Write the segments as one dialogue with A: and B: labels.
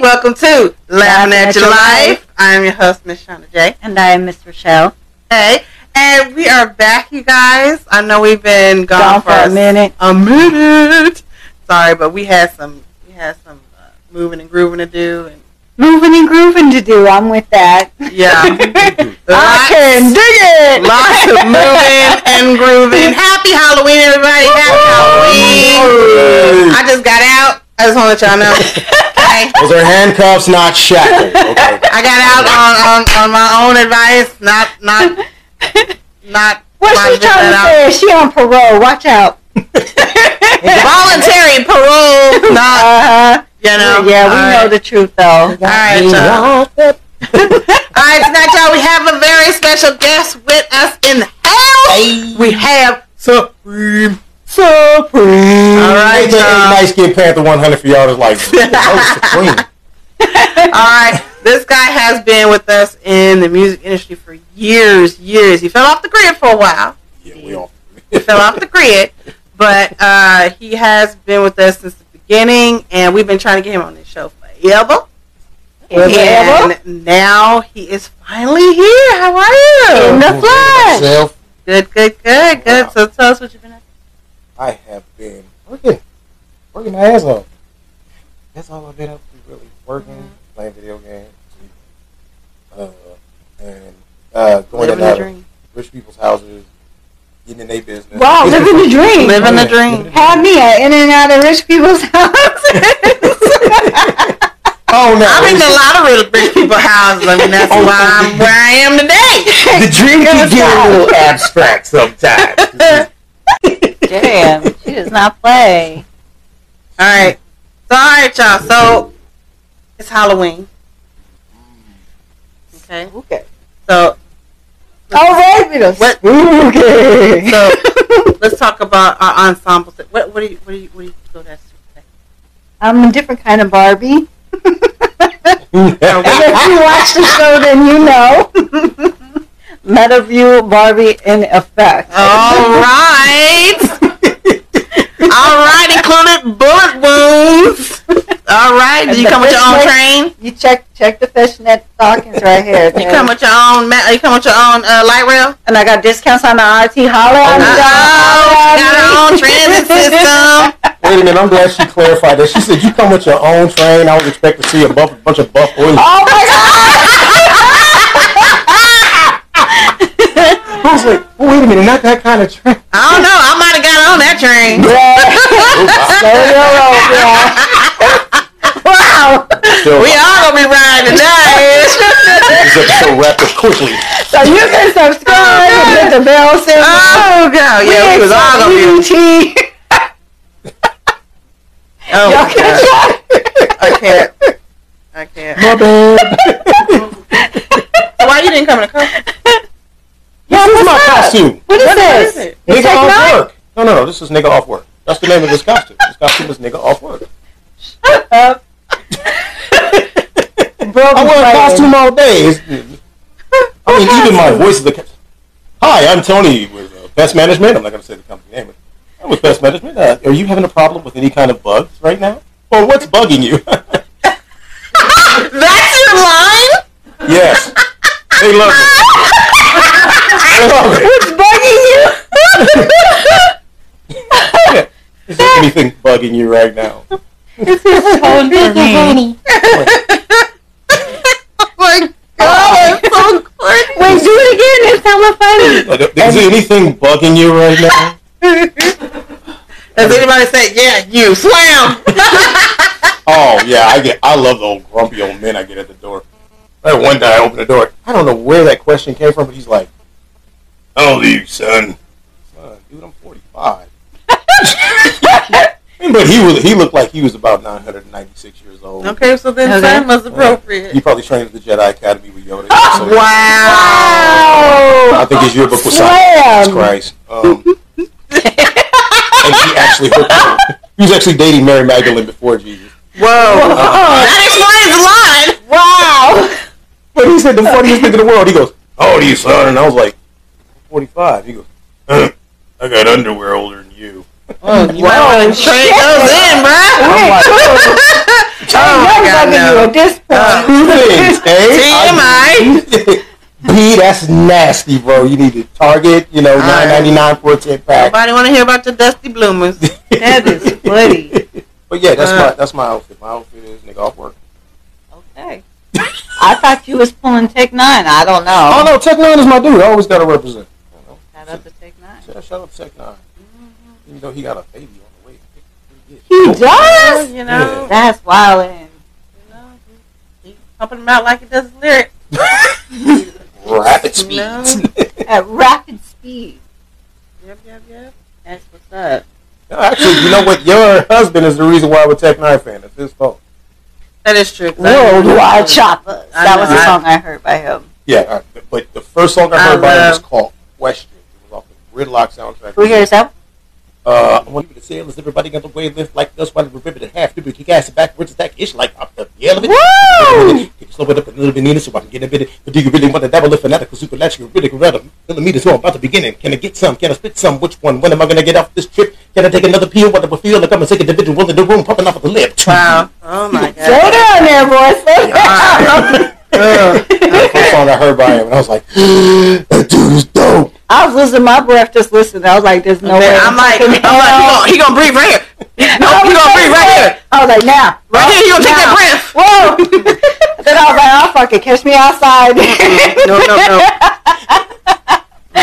A: welcome to Laughing at Your Life. I'm your host, Miss Shauna J.
B: And I am Miss Rochelle.
A: Hey, and we are back, you guys. I know we've been gone,
B: Gone for a minute.
A: A minute. Sorry, but we had some we had some uh, moving and grooving to do, and
B: Moving and grooving to do. I'm with that.
A: yeah,
B: I can
A: lots,
B: dig it.
A: lots of moving and grooving. Happy Halloween, everybody! Happy Halloween! I just got out. I just want to let y'all know. Okay.
C: Those are handcuffs, not shackled. Okay.
A: I got out on, on, on my own advice, not not not
B: What's
A: my-
B: she trying to
A: that
B: say? She on parole. Watch out.
A: out. voluntary parole. Not
B: Uh-huh.
A: you know.
B: yeah, we know the truth
A: All
B: though.
A: right, y'all. All right, tonight, y'all, we have a very special guest with us in the house. We have Supreme.
C: Supreme.
A: All right, um, y'all.
C: Nice skin Panther 100 for y'all. Is like, oh, Supreme.
A: All right, this guy has been with us in the music industry for years, years. He fell off the grid for a while.
C: Yeah, we all.
A: fell off the grid, but uh, he has been with us since the beginning, and we've been trying to get him on this show forever.
B: Forever.
A: And now he is finally here. How are you?
B: In the flesh.
C: Myself,
A: Good, good, good, good.
C: Wow.
A: So tell us what you've been up
C: I have been working, working my ass off. That's all I've been up to, really. Working,
B: Mm-hmm.
C: playing video games, uh, and uh,
A: to.
C: going
A: Living
C: to
A: the
C: out
A: dream.
C: rich people's houses, getting in their business.
B: Wow, living the dream.
A: Living the
C: Yeah.
A: dream.
B: Have me at in and out of rich people's houses.
C: Oh no!
A: I'm in a lot of really rich people houses. I mean, that's
C: Oh,
A: why I'm where I am today.
C: the dream can get a little abstract sometimes.
B: Damn, she does not play.
A: All right. So, all right, y'all. So, it's Halloween. Okay.
B: Okay.
A: So,
B: All Oh, right, we done
A: What-
B: spooky.
A: So let's talk about our ensemble. thi- What what do you what do you what do you go that
B: I'm a different kind of Barbie.
C: Hmm.
B: And if
C: That's
B: you watch the show, then you know. Meta view Barbie in effect.
A: All right, all right, included bullet wounds. All right, do you come with your own train?
B: You check check the fishnet stockings right here.
A: You come with your own ma- you come with your own uh, light rail.
B: and I got discounts on the RT. Holler at me.
A: Oh,
C: no.
A: got our own transit system.
C: Wait a minute, I'm glad she clarified that. She said you come with your own train. I was expecting to see a buff, bunch of buff oil.
B: Oh my
C: I was like, oh, wait a minute, not that kind of train.
A: I don't know. I might have got on that train.
B: god! Wow!
C: Still,
A: We all gonna be riding tonight.
C: this episode wrapped up quickly.
B: So you can subscribe and hit the bell symbol.
A: oh god, yeah, we was all gonna be.
B: be.
A: Oh,
B: Y'all
A: my God.
B: can
A: I can't. I can't.
C: My bad.
A: So why you didn't come in a car?
B: Yeah,
C: This is my costume.
B: What is
A: What
B: this?
A: is it?
B: It's like
C: Nigga off
B: not-
C: work. No, no, no. This is nigga off work. That's the name of this costume. This costume is nigga off work.
B: up. Broken
C: I wear a
B: plane.
C: costume all day. It's- I mean, even my voice is the. ca- Hi, I'm Tony with uh, Pest Management. I'm not going to say the company name. But I'm with Pest Management. Uh, are you having a problem with any kind of bugs right now? Or what's bugging you?
A: That's your line?
C: yes, they love it. They love it.
B: It's bugging
C: Is there anything bugging you right now?
B: you.
A: Oh, Like, oh, it's so corny.
B: Wait, do it again. It's hella funny.
C: Like, Is there anything bugging you right now?
A: Does anybody say, yeah, you, slam?
C: Oh yeah, I get. I love the old grumpy old men I get at the door. That one guy opened the door. I don't know where that question came from, but he's like, "How old are you, son?" Son, dude, I'm 45. but he was. He looked like he was about 996 years old.
A: okay, so then
B: Okay.
A: slam was
C: He
A: appropriate.
C: probably trained at the Jedi Academy with Yoda. So-
B: Wow.
C: I think his yearbook was signed.
B: Slam.
C: Jesus Christ. Um, and he actually hooked up. He was actually dating Mary Magdalene before Jesus.
A: Whoa.
B: Oh,
A: That explains a lot.
B: wow.
C: But he said the funniest thing in the world. He goes, "How old are you, son?" And I was like, "45." He goes, "Huh, "I got underwear older than you."
A: Whoa, train goes in, bruh.
C: I'm like,
A: Oh, my
B: I'm
A: Oh God,
B: bugging
A: no.
B: you at this point.
C: Two things, eh? TMI. B, that's nasty, bro. You need to Target, you know,
A: right.
C: nine ninety nine for a ten pack.
A: Nobody want to hear about the Dusty Bloomers.
B: That is funny.
C: But yeah, that's
A: Uh.
C: my that's my outfit. My outfit is nigga off work.
B: Okay. I thought you was pulling Tech Nine. I don't know.
C: Oh no, Tech Nine is my dude. I always gotta represent. You know?
B: Shout out to Tech Nine.
C: Shout, shout out to Tech 9 Even though he got a baby on the way.
B: He does.
A: You know,
B: That's wild.
A: you know, he- he pumping them out like he does his lyrics.
C: Rapid
A: No.
C: speeds.
B: At rapid speed.
A: Yep, yep, yep.
B: That's what's up.
C: No, Actually, you know what? Your husband is the reason why I'm a Tech Nine fan. It's his fault.
A: That is true. 'cause I-
B: Worldwide Chopper.
A: I
B: That
A: know,
B: was the
A: I-
B: song I heard by him.
C: Yeah, I, but the first song I
A: I
C: heard by him was
A: love-
C: called Question. It was off the Gridlock soundtrack.
B: Who hears that?
C: Uh, I want you to say, is everybody got the way lift like us while we rip it in half? Do we kick ass and backwards attack ish like up the the elevator?
B: Woo!
C: Can you slow it up a little bit, Nina, so I can get a bit? But do you really want to dabble in fanatical, supernatural, critical rhythm? Millimeters, who I'm about to begin in. Can I get some? Can I spit some? Which one? When am I going to get off this trip? Can I take another peel? What do I feel like I'm a sick individual in the room, popping off of the lip?
A: Wow. Oh my
B: Slow
A: God.
B: down there, boy. Slow down.
A: Ugh.
C: That's the first song I heard by him, and I was like, that dude is dope.
B: I was losing my breath just listening. I was like, there's no way.
A: I'm like, I'm like, he gonna, he gonna breathe right here. No,
B: I
A: he
B: was
A: gonna
B: like,
A: breathe right here.
B: I was like, now.
A: Right here, he gonna take
B: now.
A: that breath.
B: Whoa! then I was like, "I'll fucking catch me outside.
A: No,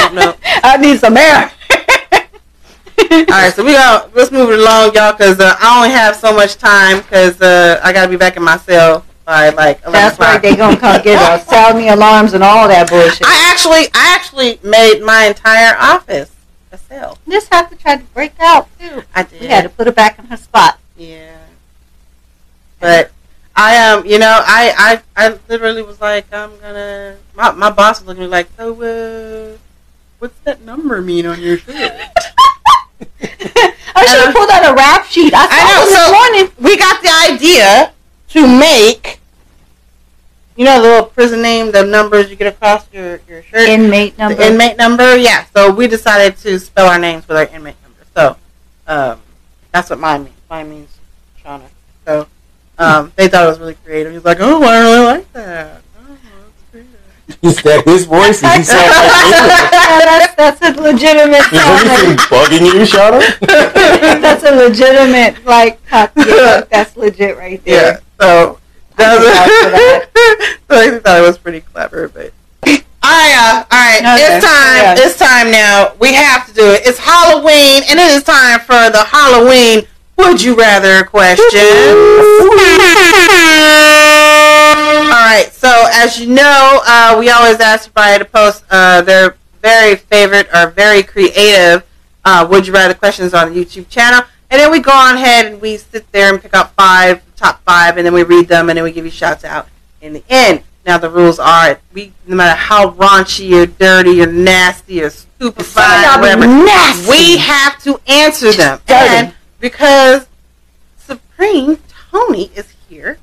A: no, no. No.
B: I need some air.
A: All right, so we got let's move it along, y'all, because uh, I only have so much time because uh, I gotta be back in my cell by like eleven
B: That's
A: o'clock.
B: right. They gonna come get us. Sound the alarms and all that bullshit.
A: I actually, I actually made my entire office a cell.
B: this have to try to break out too.
A: I did.
B: We had to put her back in her spot.
A: Yeah. But I um, you know, I I, I literally was like, I'm gonna. My, my boss was looking at me like, so uh, what's that number mean on your shirt?
B: I should have pulled out a rap sheet. I,
A: Uh-huh. I know,
B: saw
A: so-
B: know. This morning.
A: we got the idea to make, you know, the little prison name, the numbers you get across your your shirt,
B: Inmate
A: the
B: number.
A: inmate number. Yeah. So we decided to spell our names with our inmate number. So, um, that's what mine means. Mine means Shauna. So, um, they thought it was really creative. He's like, oh, I really like that. Oh, that's creative.
C: Is that his voice? Is he sound like
B: Yeah, that's that's a legitimate.
C: Is
B: sound.
C: anything bugging you, Shadow?
B: that's a legitimate like. cock- yeah, like, that's legit right there.
A: Yeah. So that was-
B: I can
A: so I thought it was pretty clever, but I uh, all right,
B: No,
A: it's
B: that's-
A: time.
B: yeah.
A: It's time now. We have to do it. It's Halloween, and it is time for the Halloween Would You Rather question. all right. So as you know, uh, we always ask everybody to post uh, their very favorite or very creative uh, Would You Rather questions on the YouTube channel. And then we go on ahead and we sit there and pick up five, top five, and then we read them and then we give you shouts out in the end. Now the rules are we no matter how raunchy or dirty or nasty or
B: Some of
A: stupefied
B: y'all
A: or
B: be
A: whatever,
B: nasty.
A: we have to answer them.
B: Dirty.
A: And because Supreme Tony is here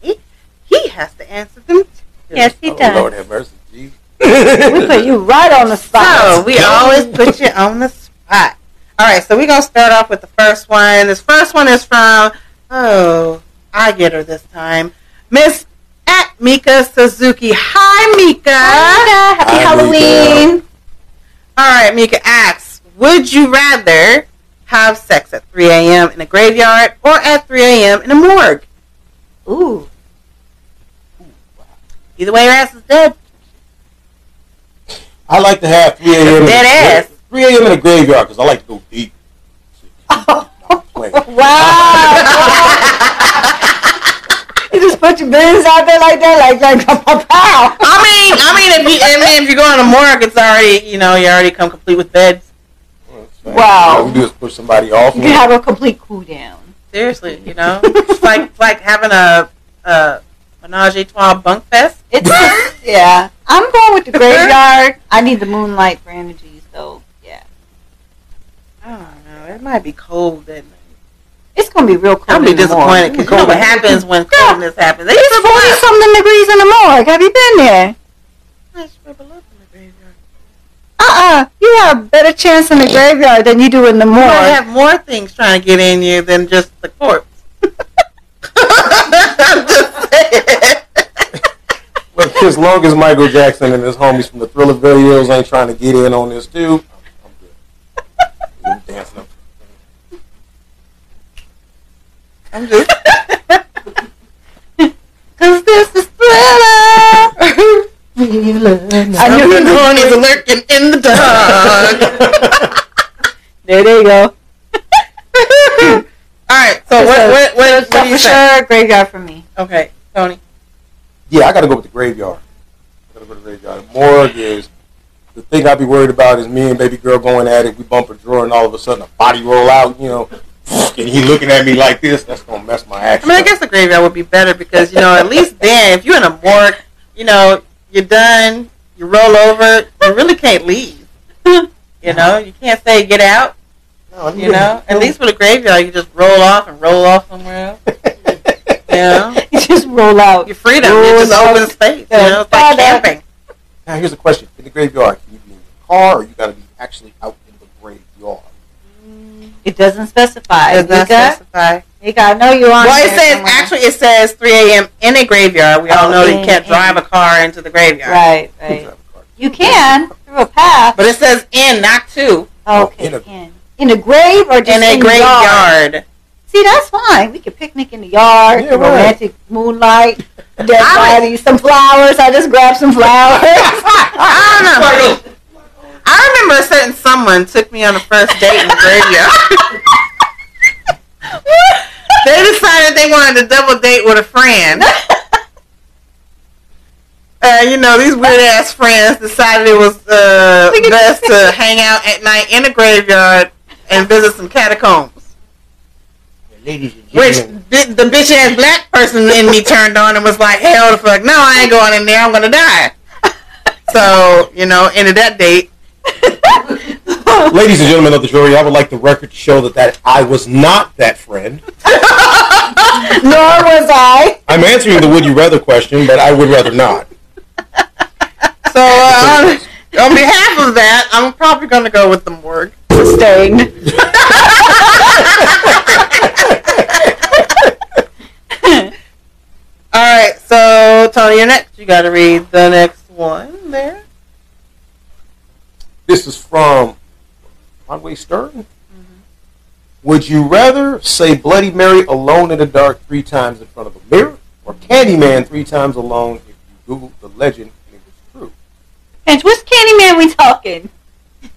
A: today, he has to answer them. Too.
B: Yes, he
C: Oh, Lord
B: does.
C: have mercy, Jesus.
B: We put you right on the spot.
A: So we always put you on the spot. All right, so we're gonna start off with the first one. This first one is from oh, I get her this time, Miss at Mika Suzuki. Hi, Mika.
B: Hi, Mika. Happy
C: Hi,
B: Halloween.
A: All right, Mika asks, would you rather have sex at 3 a.m. in a graveyard or at 3 a.m. in a morgue?
B: Ooh.
A: Either way, your ass is dead.
C: I like to have 3 a.m. in a-
A: Dead ass.
C: 3 a.m. in a graveyard because I like to go deep. I'm playing.
B: Wow. you just put your business out there like that, like like pow, pow, pow.
A: I mean, I mean, if you, I mean, if you go in a morgue, it's already, you know, you already come complete with beds.
B: Wow.
C: All we do is push somebody off.
B: You can have a complete cool down.
A: Seriously, you know, it's like it's like having a, a menage a trois bunk fest.
B: It's just, yeah. I'm going with the graveyard. I need the moonlight for energy, so yeah.
A: I don't know. It might be cold that night.
B: It's gonna be real cold.
A: I'll be
B: in the morning.
A: disappointed because you know what happens when coldness happens. They
B: It's forty
A: disappoint.
B: something degrees in the morgue. Have you been there? Uh uh You have a better chance in the graveyard than you do in the
A: You might
B: morgue.
A: have more things trying to get in you than just the corpse.
C: as long as Michael Jackson and his homies from the Thriller videos ain't trying to get in on this too, I'm good. I'm dancing up.
A: I'm just. Cause this is thriller.
B: I knew
A: Something
B: you were
A: horny's lurking in the dark.
B: There, there you go.
A: All right. So what? What? What, what do you
B: for
A: say?
B: sure, graveyard for me.
A: Okay, Tony.
C: yeah, I got to go with the graveyard. I got to go to the graveyard. Morgue is the thing I'd be worried about is me and baby girl going at it. We bump a drawer and all of a sudden a body roll out. You know, and he looking at me like this. That's gonna mess my
A: I
C: action.
A: mean, I
C: up.
A: guess the graveyard would be better because you know at least then, if you're in a morgue, you know you're done. You roll over. You really can't leave. You know, you can't say get out.
C: No,
A: You know, at least with a graveyard, you just roll off and roll off somewhere else. You know,
B: You just roll out.
A: your freedom, you're just open space. You know, it's like camping.
C: Now here's a question: In the graveyard, can you be in your car, or you got to be actually out in the graveyard?
B: It doesn't specify.
A: Does not
B: Nigga,
A: specify.
B: nigga, I know you're on.
A: Well, it
B: there
A: says
B: somewhere.
A: actually it says 3 a.m. in a graveyard. We all
B: Oh,
A: know that
B: in-
A: you can't drive a car into the graveyard,
B: Right,
C: You can
B: right.
C: drive a car.
B: You can through a path.
A: but it says in, not to,
B: okay,
C: in a-
B: in in a grave or just
A: in a
B: the yard?
A: graveyard.
B: See, that's fine. We could picnic in the yard,
C: Yeah, right.
B: romantic moonlight, dead
A: I would-
B: body, some flowers. I just grabbed some flowers.
A: I don't know. I remember a certain someone took me on a first date in the graveyard. they decided they wanted to double date with a friend. Uh, you know, these weird ass friends decided it was uh, best to hang out at night in a graveyard and visit some catacombs.
D: Ladies and
A: Which
D: gentlemen,
A: bi- the bitch ass black person in me turned on and was like, hell the fuck, no, I ain't going in there, I'm gonna die. So, you know, ended that date.
C: Ladies and gentlemen of the jury, I would like the record to show that, that I was not that friend.
B: Nor was I.
C: I'm answering the would you rather question, but I would rather not.
A: So uh, on, on behalf of that, I'm probably going to go with the morgue.
B: Sustained.
A: All right, so Tony, you're next. You got to read the next one there.
C: This is from Conway Stern.
A: Mm-hmm.
C: Would you rather say Bloody Mary alone in the dark three times in front of a mirror, or Candyman three times alone if you Googled the legend and it was true?
B: And which Candyman we talking?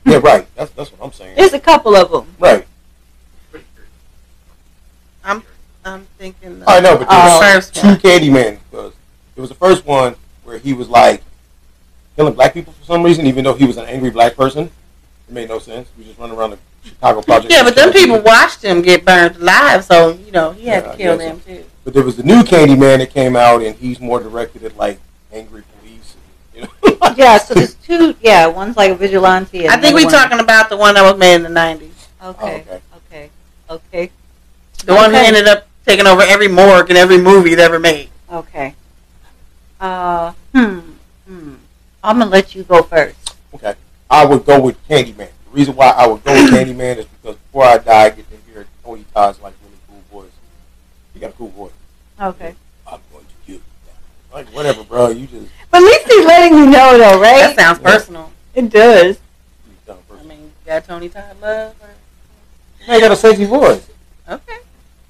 C: Yeah, right. That's, that's what I'm saying.
B: There's a couple of them.
C: Right.
A: I'm thinking.
C: I know, but
A: the
C: there's
A: first
C: two
A: one.
C: Candyman because it was the first one where he was like killing black people for some reason, even though he was an angry black person. It made no sense. He was just running around the Chicago project.
A: Yeah, but them people watched him get burned alive, so you know he had
C: Yeah, I
A: to kill
C: guess
A: them too.
C: But there was the new Candyman that came out, and he's more directed at like angry police. And, you know,
B: Yeah, so there's two. Yeah, one's like a vigilante. And
A: I think
B: another
A: we're
B: one-
A: talking about the one that was made in the '90s,
B: Okay,
C: Oh, okay.
B: okay, okay,
A: the one who
B: Okay.
A: ended up taking over every morgue in every movie ever made.
B: okay. Uh, hmm, hmm. I'm gonna let you go first.
C: okay, I would go with Candyman. The reason why I would go with Candyman is because before I die, I get to hear Tony Todd's like really cool voice. You got a cool voice.
B: Okay.
C: I'm going to kill you. now. Like whatever, bro. You just
B: But at least he's letting you know, though,
A: That
B: right?
A: sounds
C: Yeah.
A: personal.
B: It does.
C: you dumb person.
A: I mean, you got Tony Todd love. Or,
C: I got a sexy voice.
A: okay.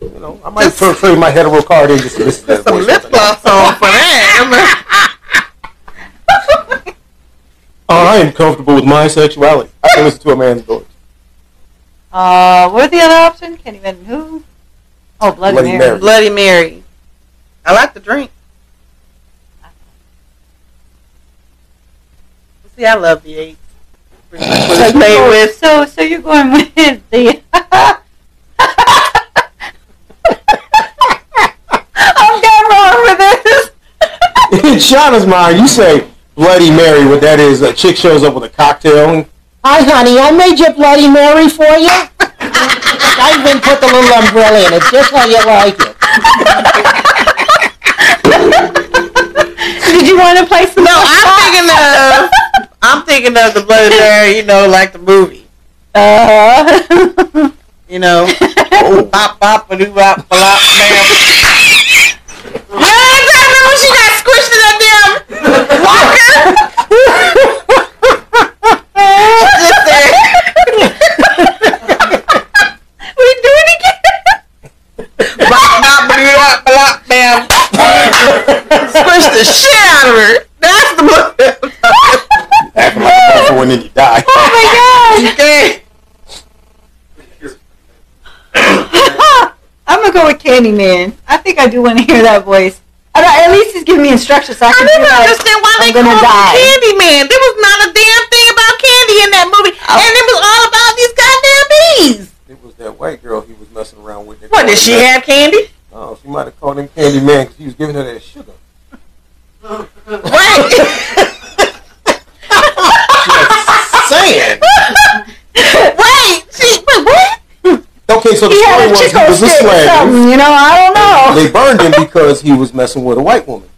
C: You know, I might throw, throw my hetero card in just to listen to that
A: Some
C: voice.
A: lip gloss on for that.
C: Oh, I am comfortable with my sexuality. I can listen to a man's voice.
B: Uh, what are the other option? Can't even who? Oh, Bloody,
C: Bloody
B: Mary.
A: I'm a
C: Mary.
A: Bloody Mary. I like the drink. See, I love the eight.
B: So, you
A: Stay
B: go-
A: with.
B: so, so you're going with the. I'm dead wrong with this.
C: In Shauna's mind, you say Bloody Mary. What that is, a chick shows up with a cocktail. And, Hi, honey. I made your Bloody Mary for you. I even put the little umbrella in it, just how you like it.
B: Did you want to play some?
A: No, I'm thinking of. I'm thinking of the Bloody Mary. You know, like the movie.
B: Uh,
A: You know,
C: Oh,
A: bop bop ba doo bop ba lop bam. Yeah, I know she got squished in that damn the shit out of her. That's the movie.
C: Acting like a motherfucker and then you die.
B: Oh my
A: you
B: god!
A: can't.
B: I'm gonna go with Candyman. I think I do want to hear that voice. I don't- at least he's giving me instructions so I
A: I
B: can
A: didn't
B: be like,
A: understand why they
B: I'm gonna
A: called
B: die.
A: him Candyman. There was not a damn thing about candy in that movie, and it was all about these goddamn bees.
C: It was that white girl he was messing around with.
A: What did she have candy?
C: Oh, she might have called him Candy Man because he was giving her that sugar.
A: Right.
C: Saying.
A: Wait. She. Wait, what?
C: Okay, so the
B: he
C: story
B: had a
C: was he
B: chico
C: was a
B: stick oh. or
C: slayer.
B: something. You know, I don't know.
C: They burned him because he was messing with a white woman.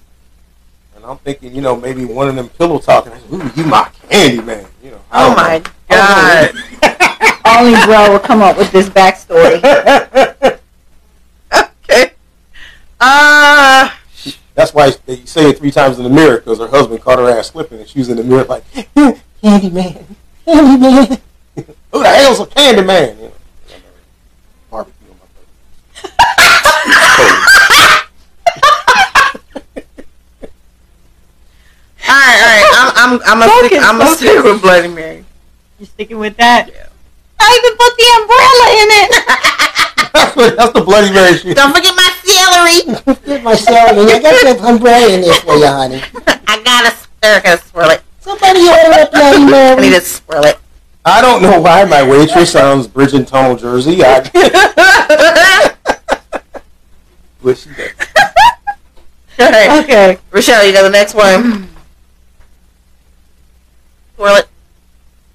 C: And I'm thinking, you know, maybe one of them pillow talking. Ooh, you my candy man. You know. I
A: Oh
C: don't
A: my
C: know. I
A: god.
C: don't know.
B: Only bro will come up with this backstory.
A: Okay. Uh.
C: That's why they say it three times in the mirror because her husband caught her ass slipping and she was in the mirror like, Candy Man, Candy Man. Who the hell's a Candy Man? You know, barbecue on my plate.
A: All right, all right. I'm, I'm, I'm gonna stick,
B: Focus,
A: I'm gonna stick
B: focus.
A: with Bloody Mary.
B: You sticking with that?
A: Yeah.
B: I even put the umbrella in it.
C: that's, what, that's the Bloody Mary shit.
A: Don't forget my celery.
E: Get my salary. I got that umbrella in there for you, honey.
A: I gotta, I gotta swirl it.
E: Somebody order that Bloody
A: I need
E: Mary.
A: to swirl it.
C: I don't know why my waitress sounds Bridge and Tunnel Jersey. I wish she did.
A: all right,
B: Okay.
A: Rochelle, you got the next one. Swirl it.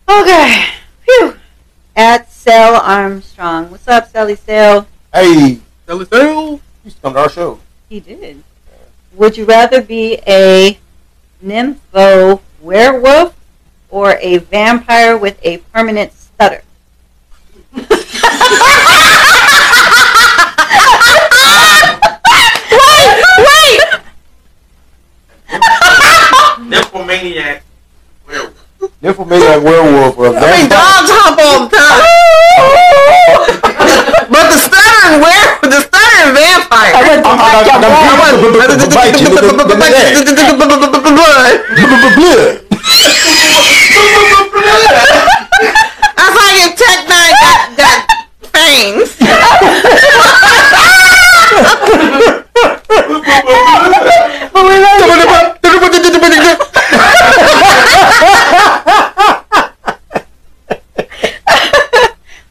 B: Okay. Phew. At Sel Armstrong. What's up, Sally Sel?
C: Hey, Sally Sale. You used to come to our show.
B: He did. Would you rather be a nympho werewolf or a vampire with a permanent stutter? wait, wait!
F: Nymphomaniac. Werewolf.
C: Nymphomaniac werewolf or a
A: I mean,
C: vampire.
A: dogs hop all the time, but the stuttering where the stuttering vampire. That's how your Tech Nine got, got fangs.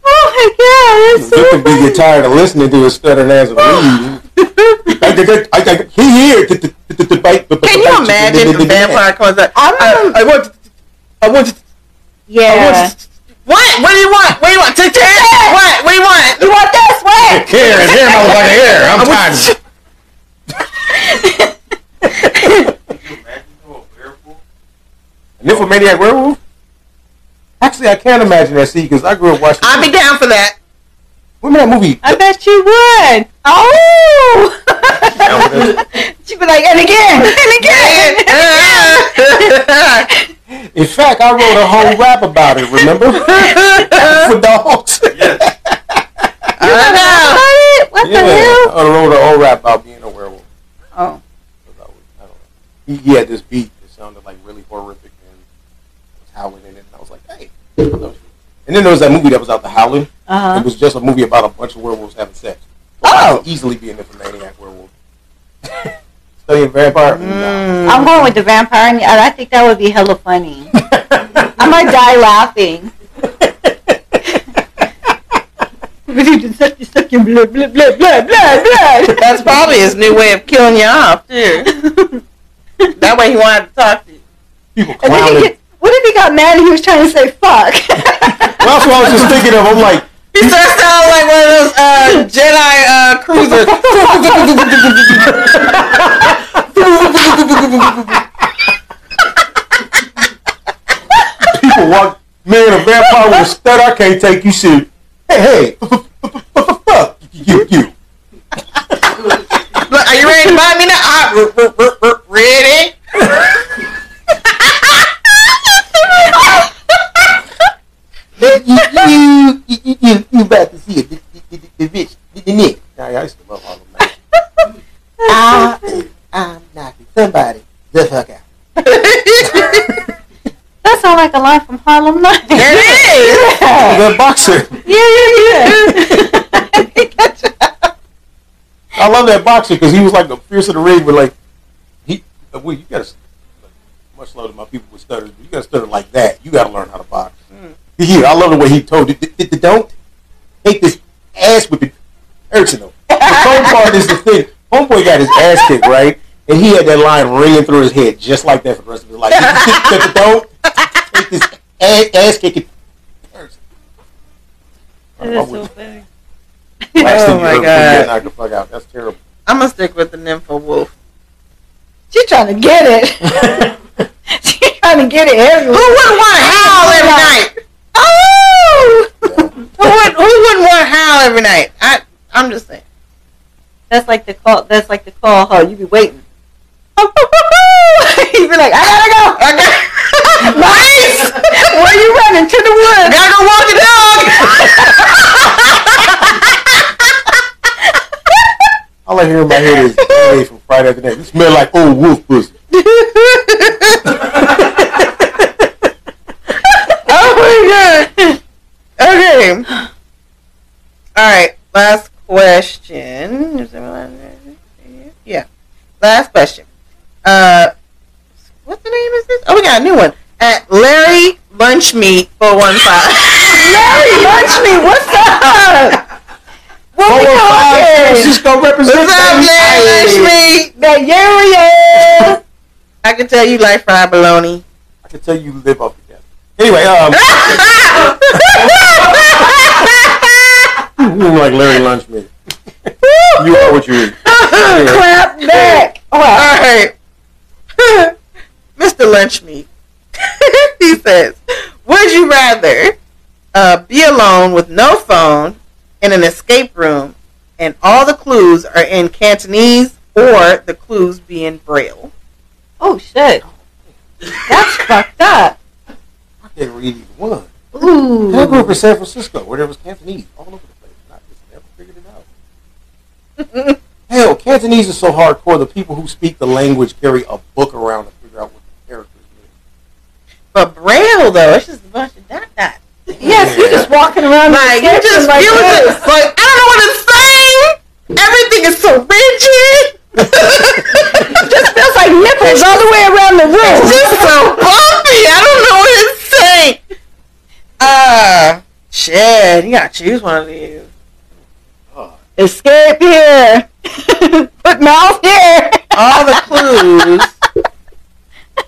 B: Oh my god, that's so
C: Victor be get tired of listening to his stuttering ass read. He here.
A: Can
C: Can
A: you imagine if a vampire comes up?
B: I'm
A: I, I want. I want. I
B: Yeah.
A: want. What? What do you want? What do you want? Take care. What? What do you want?
B: you want this? Wait!
C: Here, here, motherfucker, here. I'm tired. of it.
F: Can you imagine who a werewolf?
C: Nymphomaniac werewolf? Actually, I can't imagine that, see, because I grew up watching.
A: I'd be down for that.
C: Remember that movie?
B: I bet you would. Oh! She'd be like, and again, and again.
C: In fact, I wrote a whole rap about it, remember? For dogs.
F: Yes.
B: You
A: I
B: thought
A: know.
B: about it? What the hell?
C: I wrote a whole rap about being a werewolf.
B: Oh,
C: I was- I don't know. He, he had this beat that sounded like really horrific and was howling in it. And I was like, hey. I love you. And then there was that movie that was out, The Howling. It
B: uh-huh. Oh.
C: was just a movie about a bunch of werewolves having sex. Well, I could easily be an infomaniac werewolf. Studying vampire? No.
B: I'm going with the vampire, and I think that would be hella funny. I might die laughing. you suck, you suck your blood, blood, blood, blood, blood, blood.
A: That's probably his new way of killing you off, too. That way he wanted to talk to you.
C: People
B: And then he
C: clowning.
B: get- what if he got mad and he was trying to say fuck?
C: Well, that's what I was just thinking of. I'm like,
A: He starts sounding like one of those uh, Jedi uh, cruisers.
C: people walk, man, a vampire with a stud, I can't take you shit. Hey, hey, fuck you, you.
A: Look, are you ready to buy me now? Ah, r- r- r- r- ready?
E: You, you, you, you, you, you about to see it. The, the, the, the bitch, the, the nick.
C: Yeah, I used to love all of them.
B: Uh,
E: I, I'm knocking somebody.
C: love that boxer because he was like the fierce of the ring, but like he, uh, well, you gotta like, much love to my people with stutters, but you gotta stutter like that. You gotta learn how to box.
A: Mm.
C: Yeah, I love the way he told it. D- d- d- Don't take this ass whipping Erickson though. The phone part is the thing. Homeboy got his ass kicked right, and he had that line ringing through his head just like that for the rest of his life. D- d- Don't take this ass, ass kicking. Erickson. I- I
B: That's so
C: wouldn't-
B: funny.
C: Last thing
A: Oh
C: you
A: my
C: heard was him
A: God.
C: get knocked the fuck out. That's terrible.
A: I'm gonna stick with the nympho wolf.
B: She trying to get it. she trying to get it
A: Who
B: everywhere.
A: wouldn't want to howl every night? Oh! who wouldn't who wouldn't want to howl every night? I I'm just saying.
B: That's like the call. That's like the call. Huh? You be waiting. you be like, I gotta
A: Okay.
B: go. Nice. Where you running to the woods?
A: Gotta go walk the
C: All I hear in my head is Dave from Friday the Night. You smell like old wolf pussy.
A: dog. oh my god. Okay. All right. Last question. Is there one there? Yeah. Last question. Uh, what the name is this? Oh, we got a new one. At Larry Lunch Meat 415.
B: Larry, lunch me. What's up? What we talking?
C: Francisco represents
A: What's up, Larry Lunch Meat?
B: Nigeria.
A: I can tell you like fried bologna.
C: I can tell you live off the gas. Anyway, um, you look like Larry Lunchman. you are what you eat. Anyway,
B: Clap back. Wow.
A: All right. Mr. Lunch Meat. he says, Would you rather uh, be alone with no phone in an escape room and all the clues are in Cantonese or the clues be in Braille?
B: Oh shit. That's fucked up.
C: I can't read either one.
B: Ooh.
C: I grew up in San Francisco where there was Cantonese all over the place. And I just never figured it out. Hell, Cantonese is so hardcore, the people who speak the language carry a book around to figure out what the characters mean.
A: But Braille, though, it's just a bunch of dot dots.
B: Yes, you're just walking around
A: Like, you
B: the
A: just
B: section like
A: you was
B: this.
A: just, like, I don't know what to say. Everything is so rigid.
B: just feels like nipples all the way around the room.
A: It's just so bumpy. I don't know what to say. Uh, shit. You gotta choose one of these.
B: Escape here. Put mouth here.
A: All the clues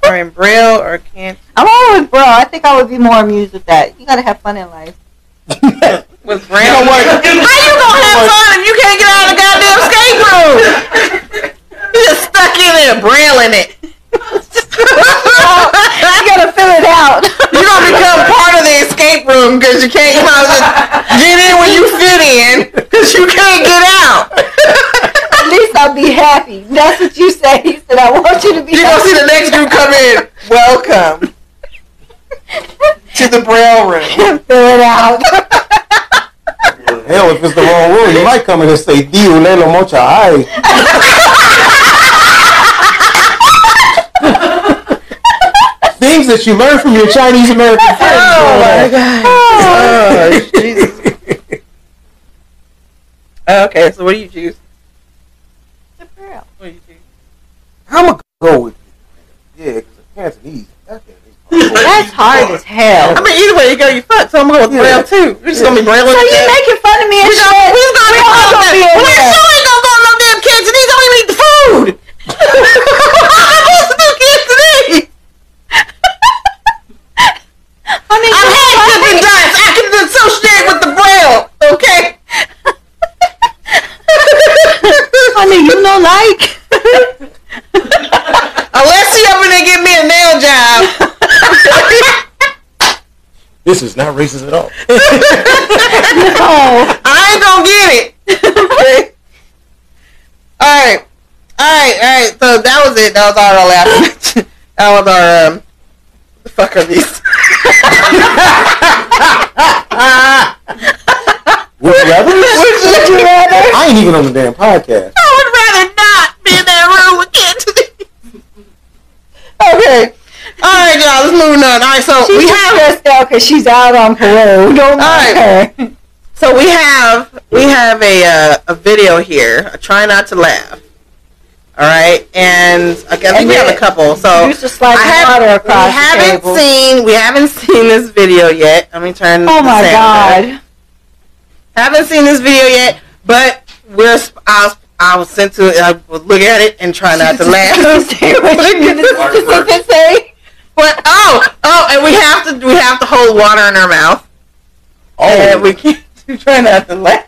A: are in Braille or can't.
B: I'm always bro. I think I would be more amused with that. You gotta have fun in life.
A: With
C: You
A: Braille.
C: know
A: How
C: what?
A: you gonna have fun if you can't get out of the goddamn escape room? You just stuck in there, Braille in it.
B: I gotta fill it out.
A: You don't become part of the escape room because you can't you know, just get in when you fit in because you can't get out.
B: At least I'll be happy. That's what you said. He said, I want you to be
A: You're going to
B: happy.
A: see the next group come in. Welcome to the Braille room.
B: fill it out.
C: Hell, if it's the wrong room, you might come in and say, Di ulelo mocha ay. Things that you learn from your Chinese American friends.
A: Oh, my God. Oh, Jesus. Oh, Okay, so what do you choose? What do you choose?
C: I'm going to go with you. Yeah, because the Cantonese, that's Cantonese.
B: That's hard as hell.
A: I mean, either way you go, you fuck. So I'm going to go with Braille too. We're just going to be Braille.
B: So you making fun of me and
A: We're
B: shit.
A: gonna, we're gonna,
B: We all
A: we're
B: gonna be in
A: gonna, we're
B: there.
A: sure ain't gonna go no damn Cantonese. I don't even eat the food. I'm supposed to do Cantonese.
B: Honey,
A: I
B: you-
A: had cooking dots. I can associate with the braille. Okay.
B: honey, you know like.
A: Unless you up in there give me a nail job.
C: This is not racist at all.
B: no.
A: I ain't gonna get it. Okay. all right. All right. All right. So that was it. That was our last. that was our um. The fuck are these?
C: Would you rather?
B: Would you rather?
C: I ain't even on the damn podcast.
A: I would rather not be in that room with Cantonese. okay. All right, y'all. Let's move on. All right. So
B: She's
A: we
B: just
A: have.
B: stressed out because she's out on parole. Don't
A: All
B: mind
A: right.
B: her.
A: So we have we have a uh, a video here. A try not to laugh. All right, and I guess
B: And
A: we have
B: yeah,
A: a couple. So
B: Juice is sliding
A: Oh. I have-
B: water
A: we
B: across the
A: haven't
B: table.
A: seen we haven't seen this video yet. Let me turn.
B: oh
A: the
B: my
A: sound up.
B: god.
A: Haven't seen this video yet, but we're sp- I'll, I'll send to I will look at it and try not to laugh.
B: Say what you did to Sister say.
A: but oh oh, and we have to we have to hold water in our mouth. and we
C: Oh,
A: can't try not to laugh.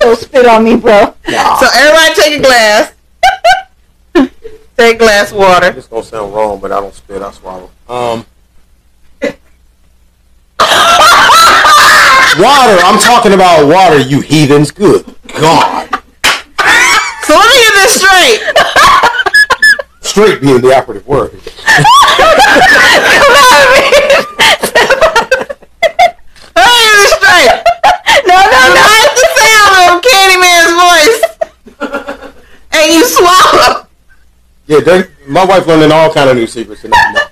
B: Don't spit on me, bro.
C: Oh,
A: So everybody take a glass. take a glass of water.
C: this gonna sound wrong, but I don't spit. I swallow. Um, water. I'm talking about water. You heathens. Good God.
A: So let me get this straight.
C: Straight being the operative word.
B: Come on,
A: Let me get this straight.
B: No, no, no.
A: Not the sound of Candyman's voice. and you swallow.
C: Yeah, they, my wife learning all kind of new secrets tonight.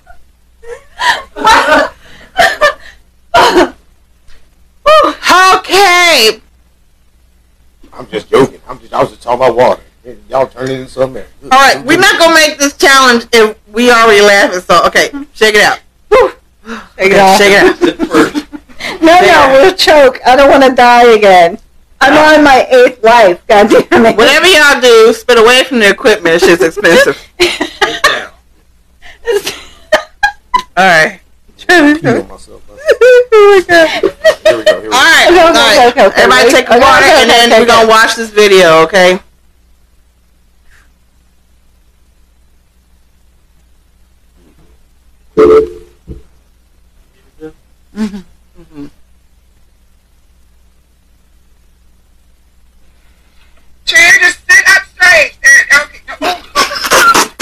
A: Okay.
C: I'm just joking. I'm just. I was just talking about water. Y'all turning into something. else.
A: All right, we're not gonna make this challenge if we already laughing. So okay, shake it out.
B: Shake it out.
A: Shake it out.
F: Sit first.
B: No, no,
A: There.
B: we'll choke. I don't want to die again. I'm on my eighth life. God damn it.
A: Whatever y'all do, spit away from the equipment. It's just expensive.
F: Sit down.
A: All right.
C: I'm peeing on myself.
A: oh my god.
C: Here we go. Here we
A: All
C: go.
A: right.
B: Okay, okay,
A: all right.
B: okay, okay,
A: Everybody
B: ready?
A: take a
B: Okay,
A: water
B: okay,
A: and then
B: okay,
A: we're gonna
B: okay.
A: watch this video, okay?
G: Chair, just sit up straight. And, okay, no, oh,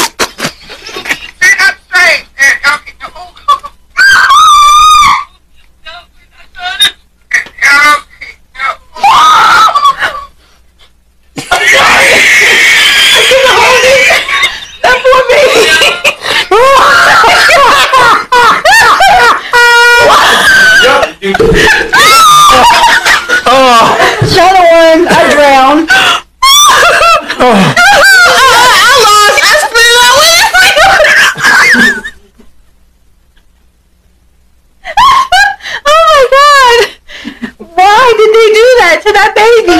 G: sit up straight. And, okay, no, oh, oh, oh. No, we're not done. And, okay, no, oh.
F: Yup, you do.
C: Oh,
B: Shadow one, I drown.
C: oh.
B: Oh my god. Why did they do that to that baby?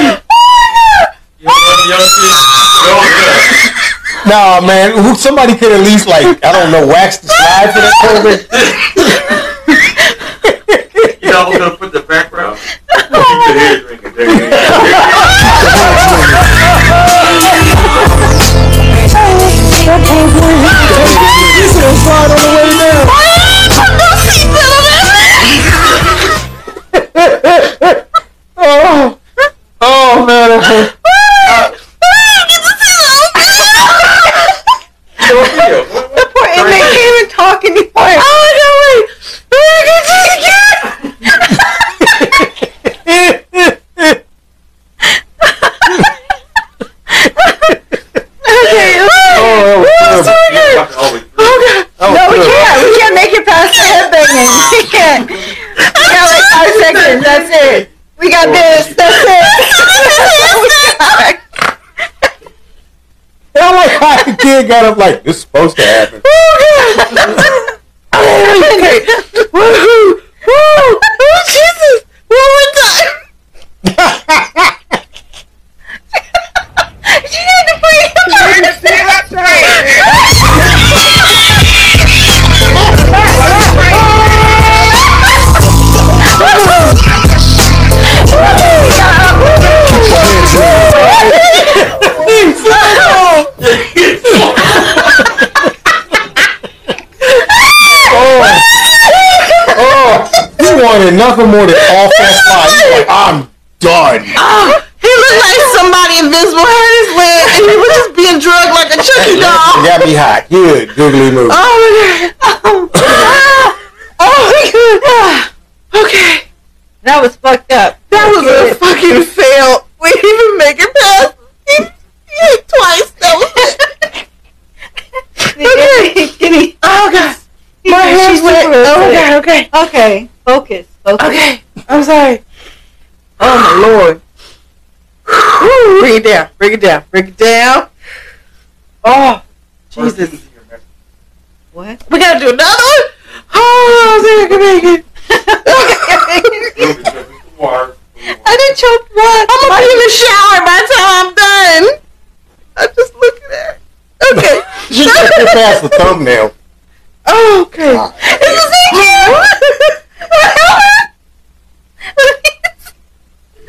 F: You love your shit.
C: Nah, man. who- Somebody could at least like I don't know wax the slide for that COVID.
F: Yo, good. You know, I'm gonna put the background. Keep the hair drinking. There you go.
C: Oh, oh man. okay.
F: Yo, what- what-
B: Poor inmate can't even talk anymore. Oh
C: Oh, that was
F: you
C: terrible.
F: have to always drink.
C: That was
B: no, we
C: terrible.
B: can't. We can't make it past the headbanging. We can't. We got like five seconds. That's it. We got this. That's it.
C: I like how the kid got up like this is supposed to happen.
G: Chair, sit up straight.
C: Oh, oh, you wanted nothing more than off that slide. You like, I'm done.
A: He looked like somebody invisible had his leg and he was just being drugged like a chucky
C: You
A: doll.
C: got me hot. Good, googly move.
A: Oh my god. Oh my god. Okay.
B: That was fucked up.
A: That was a fucking fail. We didn't even make it past twice. That was it.
B: Okay. Kitty.
A: Oh god.
B: My
A: hands went- oh, okay,
B: okay. Okay. Focus. Focus.
A: Okay. I'm sorry. Oh my lord. Ooh, bring it down. Bring it down. Bring it down. Oh, Jesus.
B: What?
A: We gotta do another one? Oh, I don't think I can make it.
B: I
F: It'll be just the water.
B: done choked once.
A: I'm gonna be in the shower by the time I'm done. I'm just looking at it. Okay.
C: You just get past the thumbnail. Ah.
A: Oh, okay. This is it,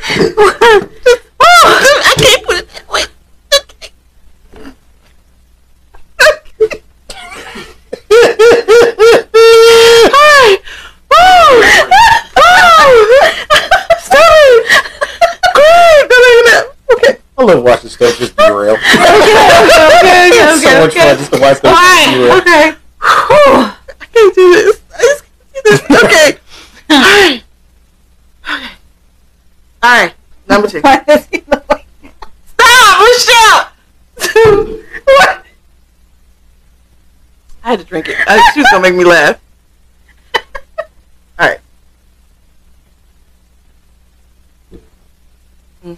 A: Kim. oh, I can't put it that way. Okay. Hi. Oh. Woo. Woo. Sorry. Great. No, no, no. Okay.
C: I love watching stuff just derail.
A: Okay, okay,
C: It's so
A: okay,
C: much
A: okay.
C: fun just to watch stuff
A: All
C: just
A: right.
C: derail.
A: Okay. Whew. I can't do this. I just can't do this. Okay. All right. Okay. All right. Number two.
B: Why does he look like
A: Stop, Michelle. what? I had to drink it. Uh, she was gonna make me laugh. All right. Mm-hmm.
H: and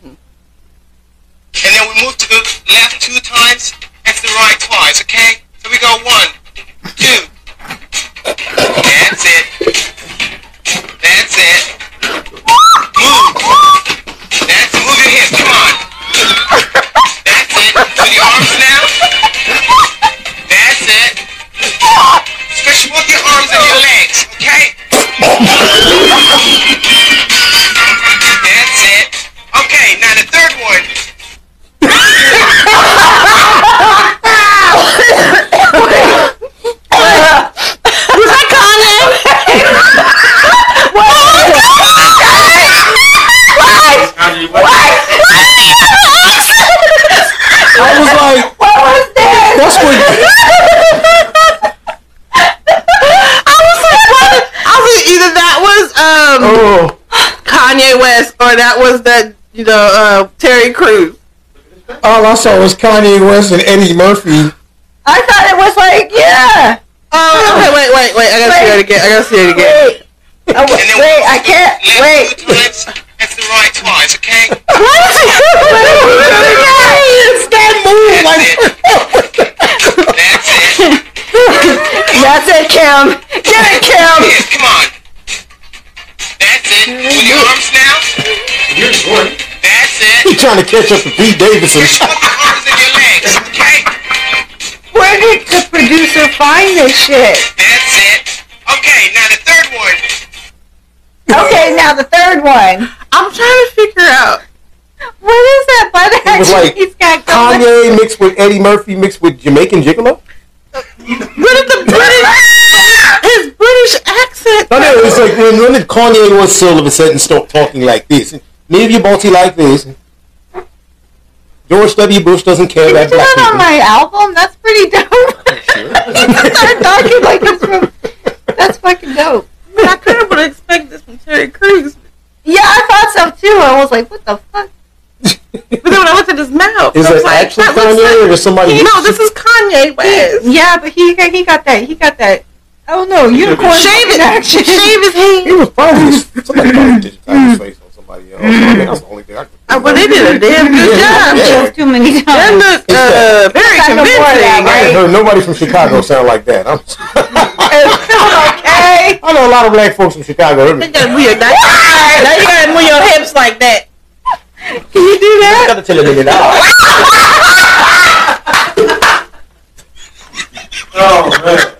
H: then we move to the left two times and to the right twice, okay? So we go one, two. That's it. That's it. Move. That's move your hips. Come on. That's it. With your arms now. That's it. Stretch both your arms and your legs, okay? That's it. Okay, now the third one.
A: Was that Conan? What?
F: How do you what?
C: I was like, what was this? That's what.
A: I was like, what? I was like, either that was um
C: Oh,
A: Kanye West or that was that you know uh, Terry Crews.
C: all I saw was Kanye West and Eddie Murphy.
B: I thought it was like, yeah.
A: Oh, okay, wait, wait, wait. I gotta see it again. I gotta see it again.
B: Wait. Oh, wait, wait, I can't.
H: Left
B: Wait.
H: two times and to the right twice, okay?
A: What?
C: It's that
E: Oh
C: move. Like,
H: That's it.
B: That's it, Kim. Get it, Kim.
H: Yes, come on. That's it. With your arms now.
F: You're going.
H: That's it.
C: he trying to catch up with Pete Davidson.
H: Stretch both your arms and your legs, okay?
B: Where did the producer find this shit?
H: That's it. Okay, now the third one.
B: Okay, now the third one.
A: I'm trying to figure out.
B: What is that butt
C: It was
B: action
C: like
B: he's got going?
C: Kanye mixed with Eddie Murphy mixed with Jamaican Gigolo.
A: What did the British his British accent?
C: No, no, it's like when, when did Kanye was all of a sudden start talking like this? Leave your body like this. George W. Bush doesn't care
B: Can you
C: about
B: do that on
C: black
B: my album? Oh, That's pretty dope. Start talking like it's from. That's fucking dope.
A: I couldn't but expect this from Terry Crews.
B: Yeah, I thought so too. I was like, what the fuck?
A: But then when I went to his mouth,
C: people. Is
A: I was
C: that
A: like,
C: actually
A: that looks like-
C: Kanye or somebody?
A: No, this is Kanye West.
B: Yeah, but he he got that. He got that. I don't know. Unicorn
A: Shave it.
B: fucking action.
A: Shave his head.
C: He was Mm. probably somebody probably digitized his face on somebody else. I mean, that's the only thing I could.
A: Oh, well, they did a damn good
B: I've
A: job.
C: Yeah.
B: choked too many
A: That
B: times.
A: looked uh, very
B: Kind of more of
A: convincing.
B: that,
C: I ain't
B: right?
C: heard nobody from Chicago sound like that. I'm,
B: okay.
C: I know a lot of black folks from Chicago.
A: They
C: They
A: gotta move your- Now you gotta move your hips like that.
B: Can you do that?
C: gotta tell a nigga now.
F: Oh, man.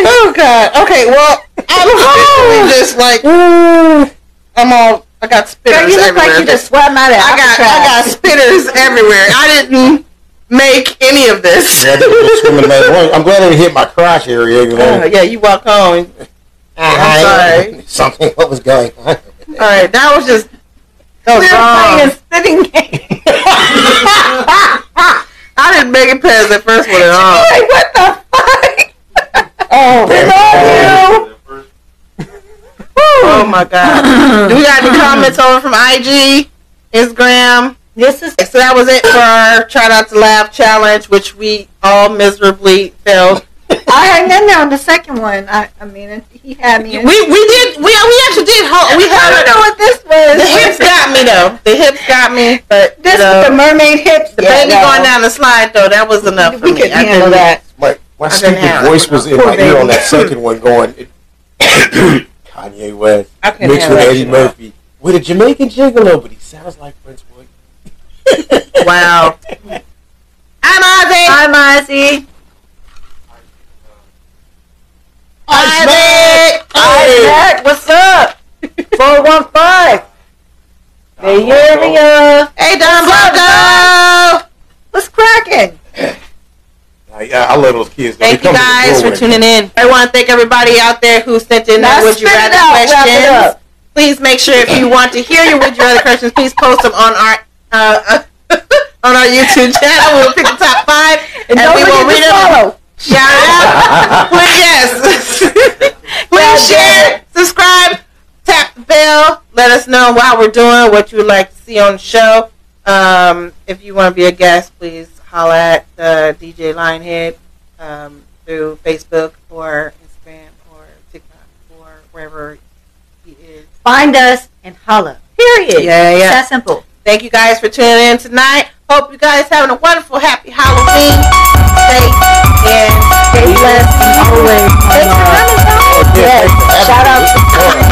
A: Oh god. Okay. Well, I'm officially just like I'm all. I got
B: Girl,
A: spitters
B: you look
A: everywhere.
B: like you just swam out of
A: I got I got spitters everywhere. I didn't make any of this.
C: Yeah, I did a little swimming back. Well, I'm glad it hit my crotch area. You know.
A: Uh, yeah, you walk home.
C: I-
A: sorry.
C: Something. What was going on?
A: All right, that was just that
B: We
A: was
C: Oh.
B: were
A: wrong.
B: playing spitting game.
A: I didn't make it past that first one at all.
B: like, what the fuck?
C: Oh,
F: That first-
A: Oh
B: Um,
A: my god. Do we got any comments over from IG, Instagram?
B: This is
A: So that was it for our try not to laugh challenge, which we all miserably failed.
I: I hung in there on the second one. I, I mean, it- he had me.
A: We
I: in-
A: we did we we actually did hold we
I: I don't
A: held
I: know
A: it.
I: what this was.
A: The hips got me though. The hips got me, but
I: This
A: you know,
I: the mermaid hips.
A: the
I: yeah,
A: baby
I: no.
A: going down the slide though that was enough for
B: we
A: me.
B: could
A: I
B: handle
A: couldn't-
B: that.
C: My, my
A: I didn't
C: stupid
A: have it.
C: voice was in
A: Poor
C: my ear on
A: baby.
C: that second one going, it, Kanye West
A: I couldn't
C: mixed with
A: handle
C: Eddie Murphy with a Jamaican gigolo, but he sounds like Prince William.
A: that. Wow. I'm Ozzy.
I: Hi, Mozzie.
A: Ozzy.
B: Hey, Mac, what's up? 415.
A: Oh,
B: Bay Area.
A: Hey Don
B: up,
A: Blanco.
B: What's cracking?
C: I, I love those kids. though. They
A: Thank you
C: come with a
A: guys for
C: whirlwind.
A: tuning in. I want to thank everybody out there who sent in
B: Now
A: their would you
B: spit it
A: rather
B: out, wrap it
A: questions.
B: up.
A: Please make sure if you want to hear your would you rather questions, please post them on our uh, on our YouTube channel. We'll pick the top five and,
B: Don't
A: we
B: forget
A: will
B: to
A: read them.
B: follow.
A: Shout out. Please, yes. Please share, subscribe, tap the bell. Let us know while we're doing what you would like to see on the show. Um, if you want to be a guest, please holla at uh, DJ Lionhead um, through Facebook or Instagram or TikTok or wherever he is.
B: Find us and holla. Period.
A: Yeah,
B: It's
A: yeah.
B: that simple.
A: Thank you guys for tuning in tonight. Hope you guys having a wonderful, happy Halloween. Stay and
B: Stay blessed and always.
I: Thanks for coming, guys.
B: Yes. Shout out to